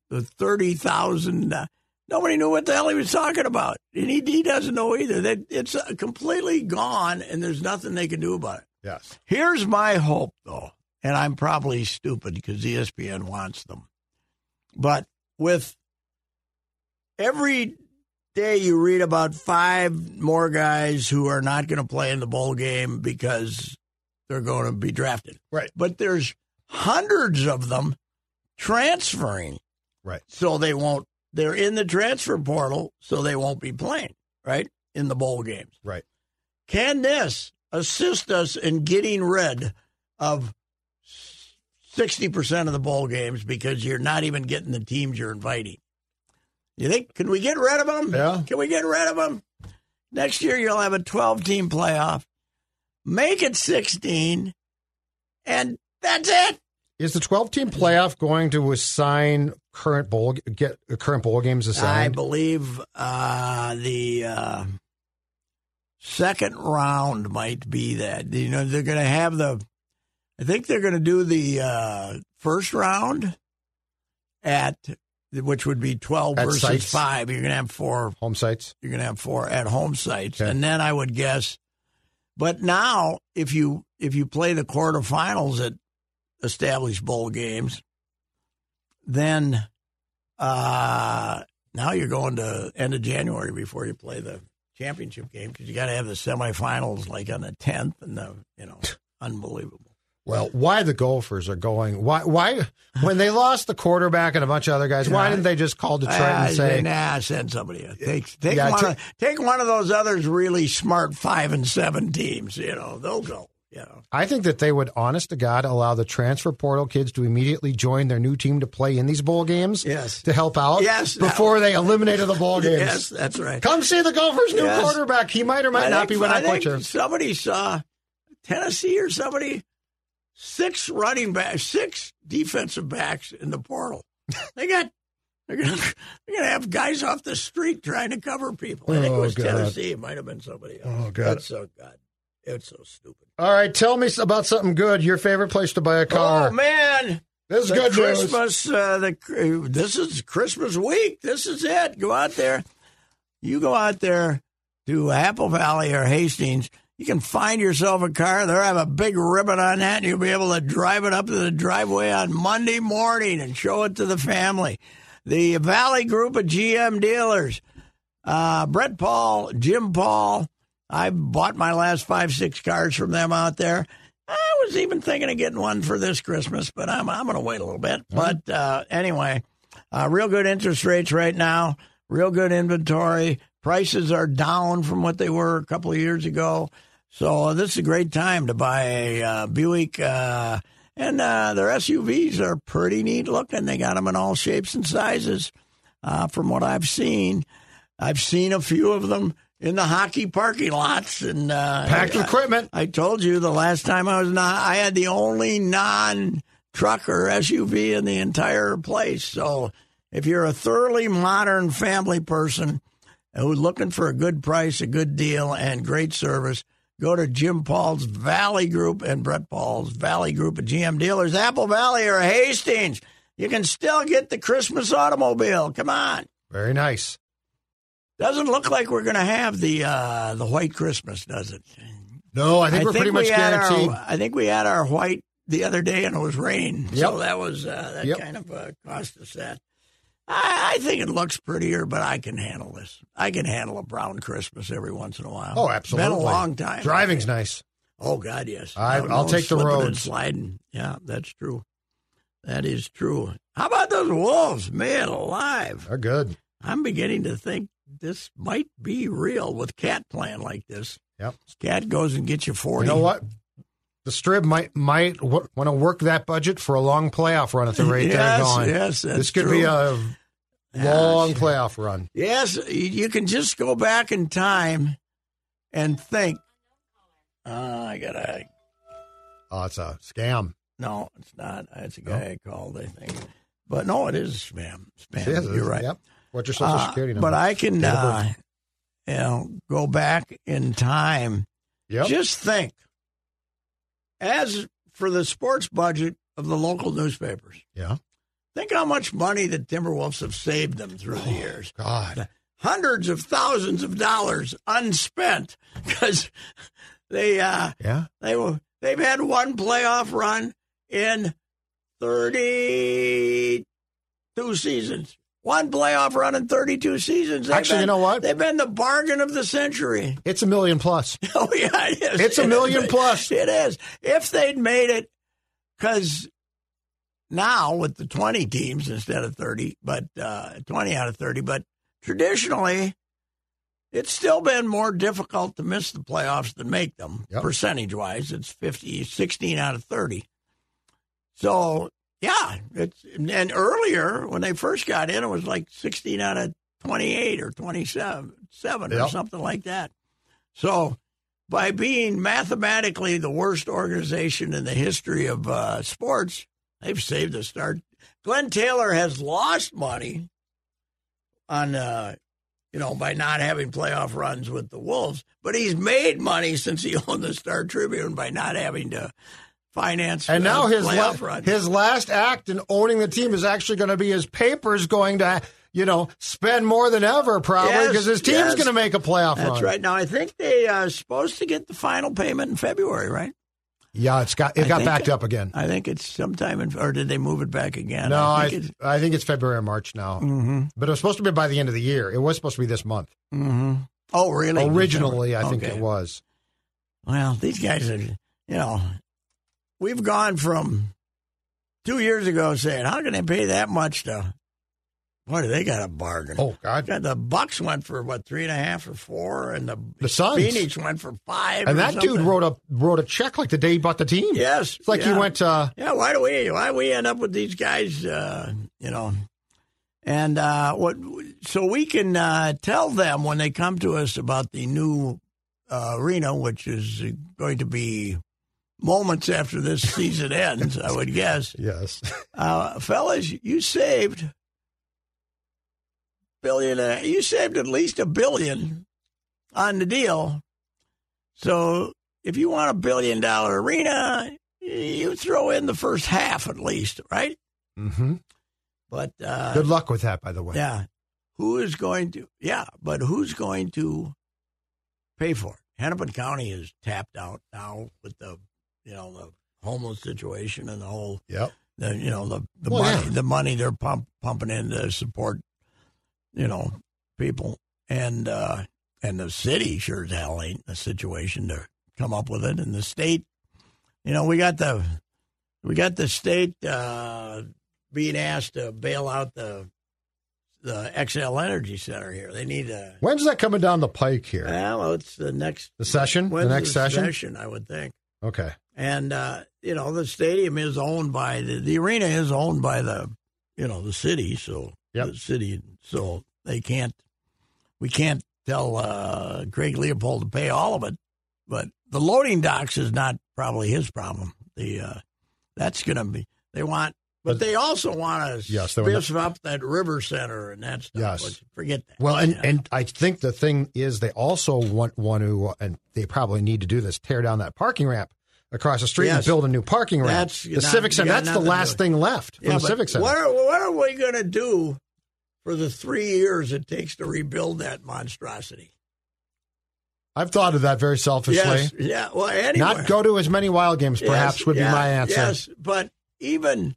the thirty thousand. Uh, nobody knew what the hell he was talking about, and he, he doesn't know either. That it's uh, completely gone, and there's nothing they can do about it.
Yes.
Here's my hope, though, and I'm probably stupid E because ESPN wants them. But with every day you read about five more guys who are not going to play in the bowl game because they're going to be drafted.
Right.
But there's hundreds of them transferring.
Right.
So they won't, they're in the transfer portal, so they won't be playing, right? In the bowl games.
Right.
Can this assist us in getting rid of 60% of the bowl games because you're not even getting the teams you're inviting? You think, can we get rid of them?
Yeah.
Can we get rid of them? Next year, you'll have a 12 team playoff. Make it 16, and that's it.
Is the 12 team playoff going to assign current bowl get current bowl games
I
assigned?
believe uh, the uh, second round might be that. You know, they're going to have the. I think they're going to do the uh, first round at which would be twelve
At
versus
sites?
five. You're going to have four
Home sites.
you're going to have four at home sites
Okay.
and then i would guess but now if you if you play the quarterfinals at established bowl games then uh now you're going to end of january before you play the championship game because you got to have the semifinals like on the 10th and the you know unbelievable
well, why the Gophers are going? Why? Why when they lost the quarterback and a bunch of other guys? Why didn't they just call Detroit
Ah,
and say,
nah, send somebody. else. Take take
Yeah,
one
ta-
of, take one of those others really smart five and seven teams. You know they'll go. You know
I think that they would, honest to God, allow the transfer portal kids to immediately join their new team to play in these bowl games.
Yes.
To help out.
Yes.
Before they eliminated the bowl games.
yes, that's right.
Come see the Gophers' new
Yes.
quarterback. He might or might
I think-
not be. We're
I
not
think
quite sure.
Somebody saw Tennessee or somebody six running backs, six defensive backs in the portal. They got they're gonna they're gonna have guys off the street trying to cover people. I think it
Oh,
was
God.
Tennessee. It might have been somebody else.
Oh, God.
That's so God. It's so stupid.
All right, tell me about something good. Your favorite place to buy a car.
Oh man.
this is
The
good news.
Christmas, uh, the this is Christmas week. This is it. Go out there. You go out there to Apple Valley or Hastings. You can find yourself a car. They'll have a big ribbon on that, and you'll be able to drive it up to the driveway on Monday morning and show it to the family. The Valley Group of GM dealers. Uh, Brett Paul, Jim Paul. I bought my last five, six cars from them out there. I was even thinking of getting one for this Christmas, but I'm I'm going to wait a little bit. But uh, anyway, uh, real good interest rates right now. Real good inventory. Prices are down from what they were a couple of years ago. So this is a great time to buy a uh, Buick. Uh, and uh, their SUVs are pretty neat looking. They got them in all shapes and sizes, uh, from what I've seen. I've seen a few of them in the hockey parking lots and uh,
Packed
I-
equipment.
I told you the last time I was not. I had the only non trucker SUV in the entire place. So if you're a thoroughly modern family person who's looking for a good price, a good deal, and great service, go to Jim Paul's Valley Group and Brett Paul's Valley Group of GM dealers, Apple Valley or Hastings. You can still get the Christmas automobile. Come on.
Very nice.
Doesn't look like we're going to have the uh, the white Christmas, does it?
No, I think we're pretty much
we had
guaranteed.
Our, I think we had our white the other day, and it was rain. So
Yep.
that was uh, that
Yep.
kind of uh, cost us that. I, I think it looks prettier, but I can handle this. I can handle a brown Christmas every once in a while.
oh, absolutely.
Been a long time.
Driving's nice.
Oh God, yes.
I- I'll take the
slipping and
roads.
sliding. Yeah, that's true. That is true. How about those wolves? Man alive!
They're good.
I'm beginning to think this might be real with cat playing like this.
Yep.
Cat goes and gets you
You
forty.
know what? The Strib might might w- want to work that budget for a long playoff run at the rate
yes,
they're going.
Yes, that's
this could
true. Ah,
be a long
Yes.
playoff run.
Yes, y- you can just go back in time and think. Uh, I gotta.
Oh, it's a scam.
No, it's not. It's a guy I called. I think, but no, it is spam. Spam.
Yes,
You're right.
Yep. What's your social
Uh,
security number?
but I can,
Date of
uh, you know, go back in time
yep.
Just think, as for the sports budget of the local newspapers,
yeah.
think how much money the Timberwolves have saved them through
Oh,
the years.
God.
Hundreds of thousands of dollars unspent because they uh,
Yeah.
they were they've had one playoff run in thirty two seasons. One playoff run in thirty two seasons. They've
Actually, you
been-
know what?
They've been the bargain of the century.
It's a million plus.
Oh yeah, it is.
It's a
It
million
is.
plus.
It is. If they'd made it, because now with the twenty teams instead of thirty, but uh, twenty out of thirty, but traditionally, it's still been more difficult to miss the playoffs than make them
Yep.
percentage wise. It's 50, 16 out of thirty. So yeah, it's and earlier when they first got in, it was like sixteen out of twenty eight or twenty seven, seven or
Yep.
something like that. So by being mathematically the worst organization in the history of uh, sports, they've saved a start. Glenn Taylor has lost money on, uh, you know, by not having playoff runs with the Wolves, but he's made money since he owned the Star Tribune by not having to finance.
And
uh,
now his la-
playoff runs.
his last act in owning the team is actually going to be his papers going to you know spend more than ever probably
Yes,
because his team's
yes.
going to make a playoff run.
That's right. Now I think they are supposed to get the final payment in February, right?
Yeah, it's got it
I
got
think-
backed up again.
I think it's sometime in, or did they move it back again?
no, I
I
I
think Mm. mm-hmm,
think, it's February or March now. But it was supposed to be by the end of the year. It was supposed to be this month.
it's, hmm Oh, really?
Originally, I think
Okay.
it was.
Well, these guys are, you know, we've gone from two years ago saying, how can they pay that much to, what do they got a bargain?
Oh God,
God, the Bucks went for what three and a half or four, and the,
The Suns.
Phoenix went for five.
and
or
that dude
something.
wrote a wrote a check like the day he bought the team.
Yes,
it's like
yeah.
he went. Uh,
Yeah, why do we why we end up with these guys? Uh, you know, and uh, what so we can uh, tell them when they come to us about the new uh, arena, which is going to be moments after this season ends, I would guess.
yes,
Uh, fellas, you saved billionaire. You saved at least a billion on the deal. So if you want a billion dollar arena, you throw in the first half at least, right?
hmm
But uh,
good luck with that. By the way,
yeah, who is going to? Yeah, but who's going to pay for it? Hennepin County is tapped out now with the you know the homeless situation and the whole
yep.
the you know the, the
Well,
money
yeah.
the money they're pump, pumping in to support you know people and uh and the city sure as hell ain't in a situation to come up with it and the state you know we got the we got the state uh being asked to bail out the the XL Energy Center here they need a
When's that coming down the pike here?
well it's the next
The session, the
Uh, when's
next session.
I would think
Okay,
and uh, you know the stadium is owned by the, the arena is owned by the you know the city so
Yep.
the city so they can't we can't tell uh, Greg Leopold to pay all of it but the loading docks is not probably his problem the uh, that's going to be they want but
But-
they also want to
Yes, they want
spiff up that river center and that stuff.
Yes.
which- forget that
Well, and,
Yeah.
and I think the thing is they also want want to, uh, and they probably need to do this: tear down that parking ramp across the street
Yes.
and build a new parking ramp.
That's
the
not-
Civic Center.
yeah,
That's the
nothing to
last
do.
thing left from
Yeah,
the
but
Civic Center.
What are, what are we going to do for the three years it takes to rebuild that monstrosity?
I've thought of that very selfishly.
Yes, yeah. Well, anyway,
Not go to as many wild games, perhaps, would be my answer.
Yes, but even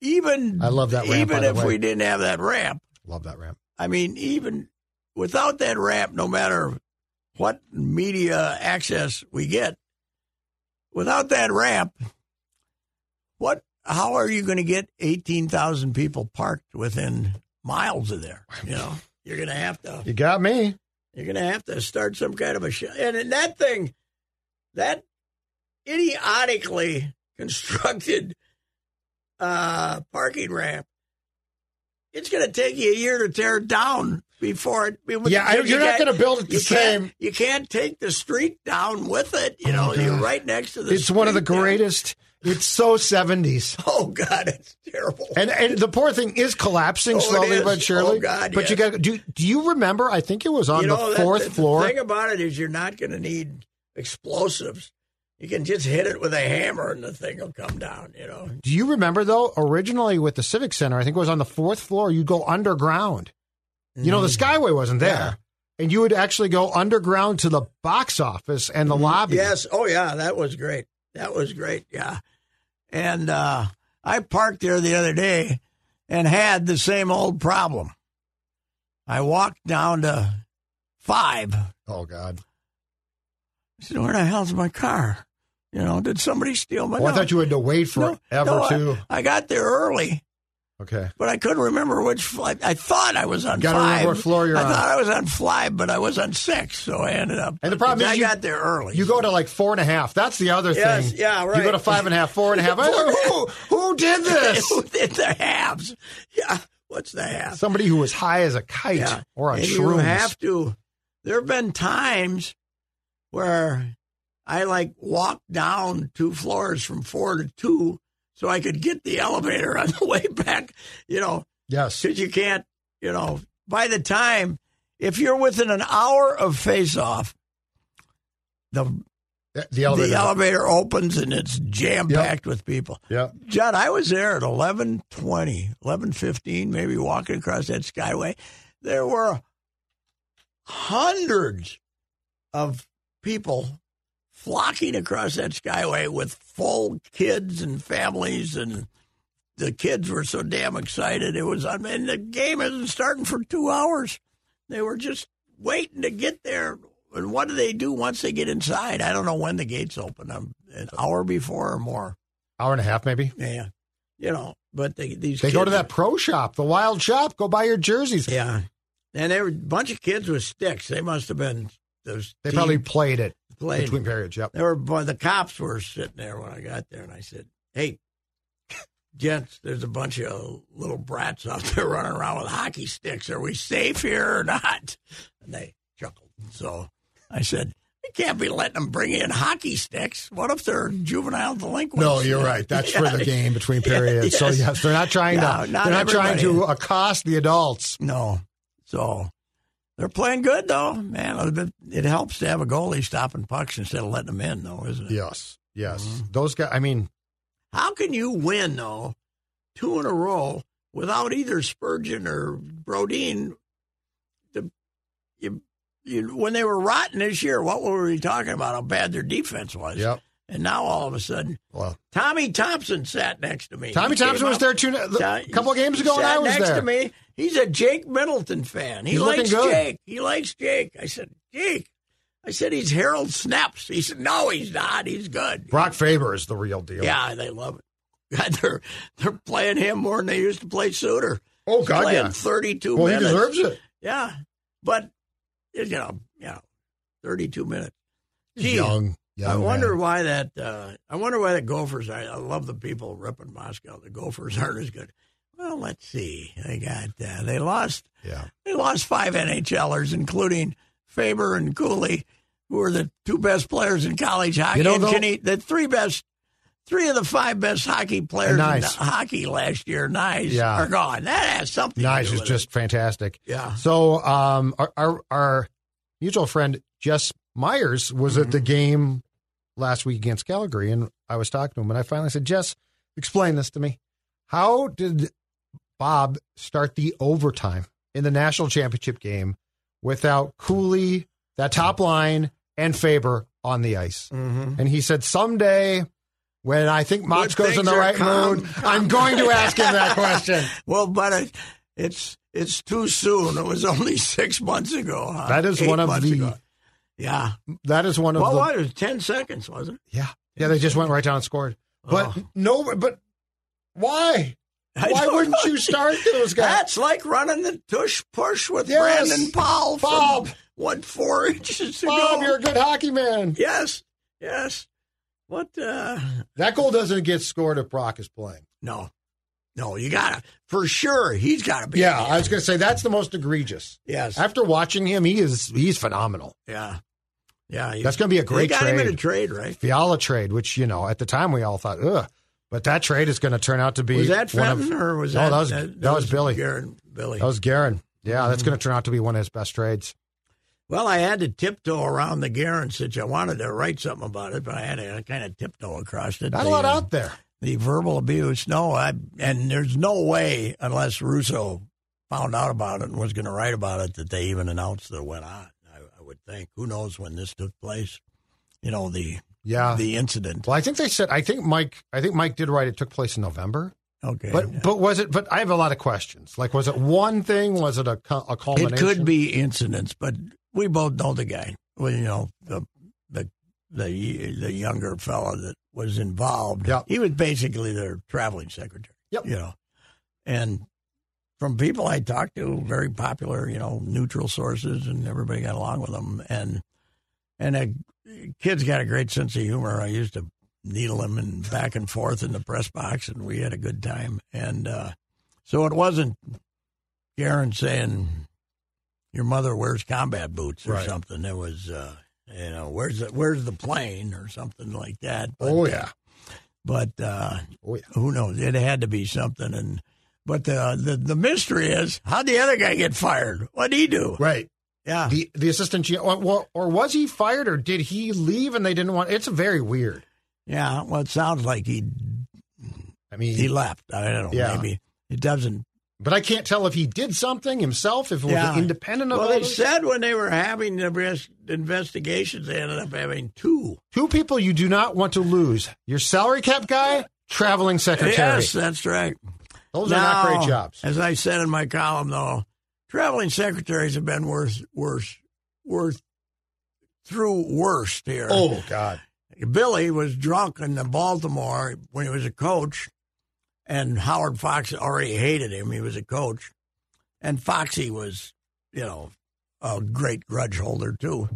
even
I love that ramp,
even
by the
if
way.
we didn't have that ramp,
Love that ramp.
I mean, even without that ramp, no matter what media access we get, without that ramp, what? How are you going to get eighteen thousand people parked within miles of there? You know, you're going to have to.
You got me.
You're going to have to start some kind of a show. And in that thing, that idiotically constructed uh, parking ramp, it's going to take you a year to tear it down before it.
Yeah, I- you're not
can't-
gonna build it the
you can't-
same.
You can't take the street down with it. You know,
Oh,
you're
God.
right next to the.
It's one of the
street there.
greatest. It's so seventies.
Oh God, it's terrible.
And and the poor thing is collapsing
Oh, it
slowly
is.
but surely.
Oh, God,
but you
yes.
got do do you remember? I think it was on
You know,
the
that-
fourth
that-
floor.
The thing about it is, you're not going to need explosives. You can just hit it with a hammer, and the thing will come down. You know.
Do you remember though? Originally with the Civic Center, I think it was on the fourth floor. You'd go underground. You know, the Skyway wasn't there,
Mm. Yeah.
and you would actually go underground to the box office and the lobby.
Yes. Oh, yeah. That was great. That was great. Yeah. And uh, I parked there the other day and had the same old problem. I walked down to five. I
Oh God.
said, "Where the hell's my car? You know, did somebody steal my?"
Well, Oh, I thought you had to wait forever too.
I, I got there early.
Okay.
but I couldn't remember which flight. I thought I was on
Gotta
five.
remember what floor you're
I
on.
thought I was on five, but I was on six, so I ended up.
And the problem is
I
you-
got there early.
You go to like four and a half. That's the other
Yes,
thing.
yeah,
You
right.
go to five and a half, four and a half. who, who did this?
in the halves. Yeah, what's the half?
Somebody who was high as a kite
Yeah.
or on
and
shrooms.
you have to. There have been times where I like walked down two floors from four to two, so I could get the elevator on the way back. You know,
yes.
because you can't, you know, by the time, if you're within an hour of face off, the,
The, the
the
elevator.
elevator opens and it's jam packed with people.
yeah.
John, I was there at 1120, 1115, maybe walking across that skyway. There were hundreds of people flocking across that skyway with full kids and families and the kids were so damn excited. It was on and the game isn't starting for two hours. They were just waiting to get there But what do they do once they get inside? I don't know when the gates open. Um, an hour before or more.
Hour and a half, maybe.
Yeah, you know. But they, these
They go to
kids-
that pro shop, the wild shop. Go buy your jerseys.
Yeah, and they were a bunch of kids with sticks. They must have been those.
They
teen
probably played it
played.
between periods. Yep.
There were boy, the cops were sitting there when I got there, and I said, "Hey, gents, there's a bunch of little brats out there running around with hockey sticks. Are we safe here or not?" And they chuckled. So I said, "We can't be letting them bring in hockey sticks. What if they're juvenile delinquents?"
No, you're right. That's for the game between periods. So
yes.
yes, they're not trying
No,
to.
not
they're not trying to
everybody.
accost the adults.
No, so. They're playing good though, man. It helps to have a goalie stopping pucks instead of letting them in, though, isn't it?
Yes, yes.
Mm-hmm.
Those guys. I mean,
How can you win though, two in a row without either Spurgeon or Brodeen? The, you, you, when they were rotten this year, what were we talking about? How bad their defense was?
yep.
And now all of a sudden,
Well,
Tommy Thompson sat next to me.
Tommy
He came
Thompson was
up-
there two,
Tom-
a couple of games
he
ago, and
sat
I was
next
there.
to me. He's a Jake Middleton fan. He
He's looking
likes
good.
Jake. He likes Jake. I said, Jake. I said he's Harold Snaps. He said, No, he's not. He's good.
Brock Faber is the real deal.
Yeah, they love it. God, they're they're playing him more than they used to play Suter.
Oh God,
playing
yeah.
32
Well, he
minutes.
deserves it.
Yeah, but you know, yeah, 32 minutes.
He's
Gee,
young. young
I wonder
man.
why that. Uh, I wonder why the Gophers. I, I love the people ripping Moscow. The Gophers aren't as good. Well, let's see. They got. Uh, they lost.
Yeah.
They lost five NHLers, including Faber and Cooley, who were the two best players in college hockey.
You know,
and
though-
Kenny, the three best, three of the five best hockey players in
Nice.
hockey last year, Nice,
Yeah.
are gone. That has something.
Nice
to do
is
with
just fantastic.
it. yeah.
So, um, our, our our mutual friend Jess Myers was at
Mm-hmm.
the game last week against Calgary, and I was talking to him, and I finally said, "Jess, explain this to me. How did Bob start the overtime in the national championship game without Cooley, that top line, and Faber on the ice?" And he said, "Someday." When I think Motzko's in
things
the
are
right
calm-
mood, I'm going to ask him that question.
Well, but it, it's it's too soon. It was only six months ago. huh?
That is
Eight
one of
months
the-
ago. Yeah.
That is one of
Well,
the
what was it? ten seconds? Was it?
Yeah. Yeah, they just went right down and scored. But
Oh.
no, but why?
I
Why
don't
wouldn't
know.
you start those guys?
That's like running the tush push with
Yes.
Brandon Powell. from,
Bob.
What, four inches ago?
Bob, you're a good hockey man.
Yes, yes. What? Uh,
That goal doesn't get scored if Brock is playing.
no, no, you got to, for sure, he's got to be.
Yeah, I was going to say that's the most egregious.
Yes.
After watching him, he is he's phenomenal.
Yeah. Yeah. you-
That's going to be a
they
great
got him in a trade,
trade.
right?
Fiala trade, which you know at the time we all thought, ugh, but that trade is going to turn out to be
Was that
one of-
Fenton or was
No,
that?
that was- that was Billy.
Garen- Billy.
that was Garin. Yeah, that's
Mm-hmm.
going to turn out to be one of his best trades.
Well, I had to tiptoe around the Garen situation. I wanted to write something about it, but I had to kind of tiptoe across it.
Not
The,
a lot
uh,
out there.
the verbal abuse. No, I and there's no way unless Russo found out about it and was going to write about it that they even announced that it went on. I, I would think. Who knows when this took place? You know the
Yeah.
the incident.
well, I think they said. I think Mike. I think Mike did right. It took place in November.
Okay,
But but was it? But I have a lot of questions. Like, was it one thing? Was it a, cu- a culmination?
it could be incidents, but we both know the guy. Well, you know the the the the younger fella that was involved.
Yep.
He was basically their traveling secretary.
Yep.
You know, and from people I talked to, very popular, you know, neutral sources, and everybody got along with them. And and a kid's got a great sense of humor. I used to needle him and back and forth in the press box, and we had a good time. And uh, so it wasn't Garen saying your mother wears combat boots or
Right.
something. It was. Uh, you know, where's the where's the plane or something like that? But,
Oh yeah.
but uh,
Oh yeah.
who knows? It had to be something. And but the the, the mystery is how'd the other guy get fired? What'd he do?
Right.
Yeah,
The the assistant GM, or- or, or was he fired, or did he leave and they didn't want? It's very weird.
yeah. Well, it sounds like he
I mean,
he left. I don't know.
Yeah.
Maybe it doesn't.
but I can't tell if he did something himself, if it was
Yeah.
independent of
well, they
others.
said when they were having the res- investigations, they ended up having two.
Two people you do not want to lose: your salary cap guy, traveling secretary.
Yes, that's right.
Those are not
Now,
great jobs.
As I said in my column, though, traveling secretaries have been worth worse worth through worst here.
Oh God.
Billy was drunk in the Baltimore when he was a coach, and Howard Fox already hated him. He was a coach, and Foxy was, you know, a great grudge holder too,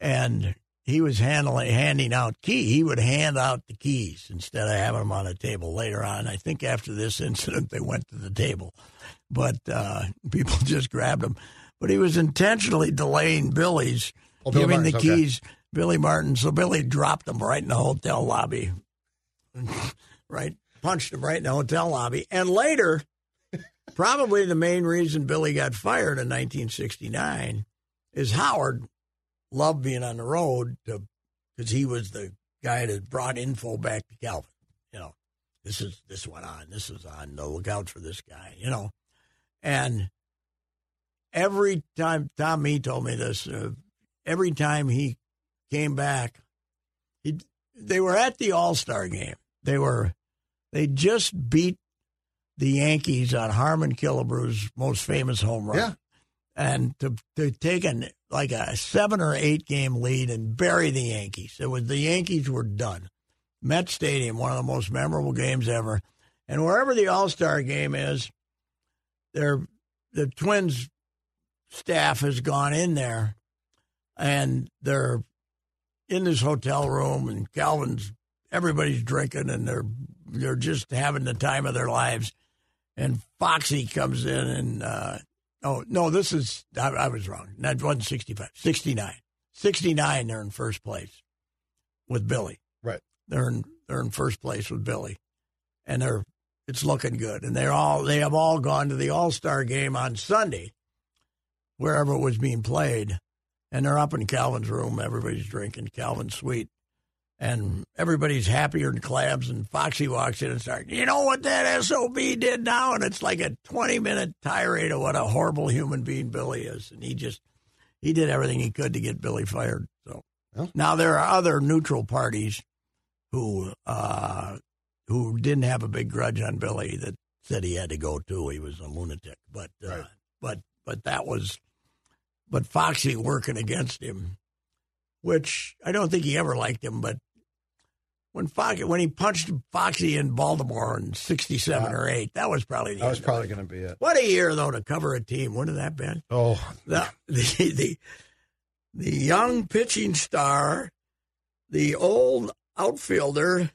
and he was handling handing out key. He would hand out the keys instead of having them on a table later on. I think after this incident, they went to the table, but uh, people just grabbed them. But he was intentionally delaying Billy's
Oh, Billy
giving the
Martin's, okay.
keys. Billy Martin. So Billy dropped him right in the hotel lobby. right, punched him right in the hotel lobby, and later, probably the main reason Billy got fired in 1969 is Howard loved being on the road because he was the guy that brought info back to Calvin. You know, this is this went on, this is on. No, look out for this guy. You know, and every time Tom Mee told me this, uh, every time he came back, he, they were at the All Star game. They were they just beat the Yankees on Harmon Killebrew's most famous home run.
Yeah.
And to, to take an like a seven or eight game lead and bury the Yankees. It was the Yankees were done. Met Stadium, one of the most memorable games ever. And wherever the All Star game is, they're, the Twins staff has gone in there and they're in this hotel room and Calvin's everybody's drinking and they're they're just having the time of their lives. And Foxy comes in and uh, oh no, this is I, I was wrong. That wasn't 65, 69. 69 they're in first place with Billy.
Right.
They're in they're in first place with Billy. And they're it's looking good. And they're all they have all gone to the All Star game on Sunday, wherever it was being played. And they're up in Calvin's room. Everybody's drinking Calvin's sweet. And everybody's happier than clams. And Foxy walks in and starts, you know what that SOB did now? And it's like a 20 minute tirade of what a horrible human being Billy is. And he just, he did everything he could to get Billy fired. So
Well.
now there are other neutral parties who, uh, who didn't have a big grudge on Billy that said he had to go too. He was a lunatic, but uh,
Right.
but but that was but Foxy working against him, which I don't think he ever liked him. But when Fox when he punched Foxy in Baltimore in '67 or '8, that was probably the
That was
end of
probably
it.
going to be it.
what a year though to cover a team. Wouldn't that been?
Oh,
the the the, the young pitching star, the old outfielder,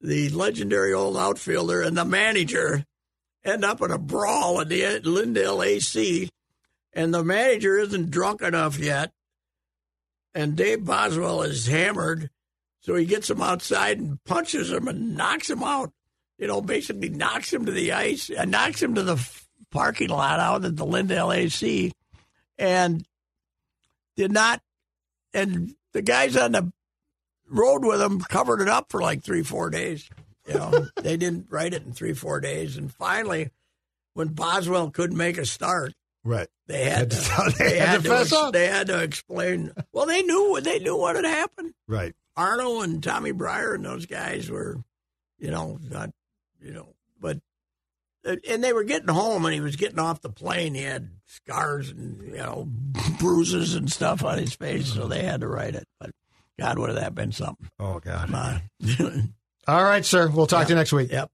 the legendary old outfielder, and the manager end up in a brawl in the Lindale AC, and the manager isn't drunk enough yet, and Dave Boswell is hammered, so he gets him outside and punches him and knocks him out. You know, basically knocks him to the ice, uh, knocks him to the f- parking lot out at the Lindale AC and did not and the guys on the road with him covered it up for like three four days you know they didn't write it in three four days and finally when boswell couldn't make a start
right.
they had
Had to-
to,
they had to fess up.
they had to explain well they knew what they knew what had happened
Right.
arno and tommy Breyer and those guys were you know not you know but uh, and they were getting home and he was getting off the plane he had scars and you know bruises and stuff on his face so they had to write it but god would have that been something
Oh God.
My-
All right, sir. We'll talk to you next week.
yep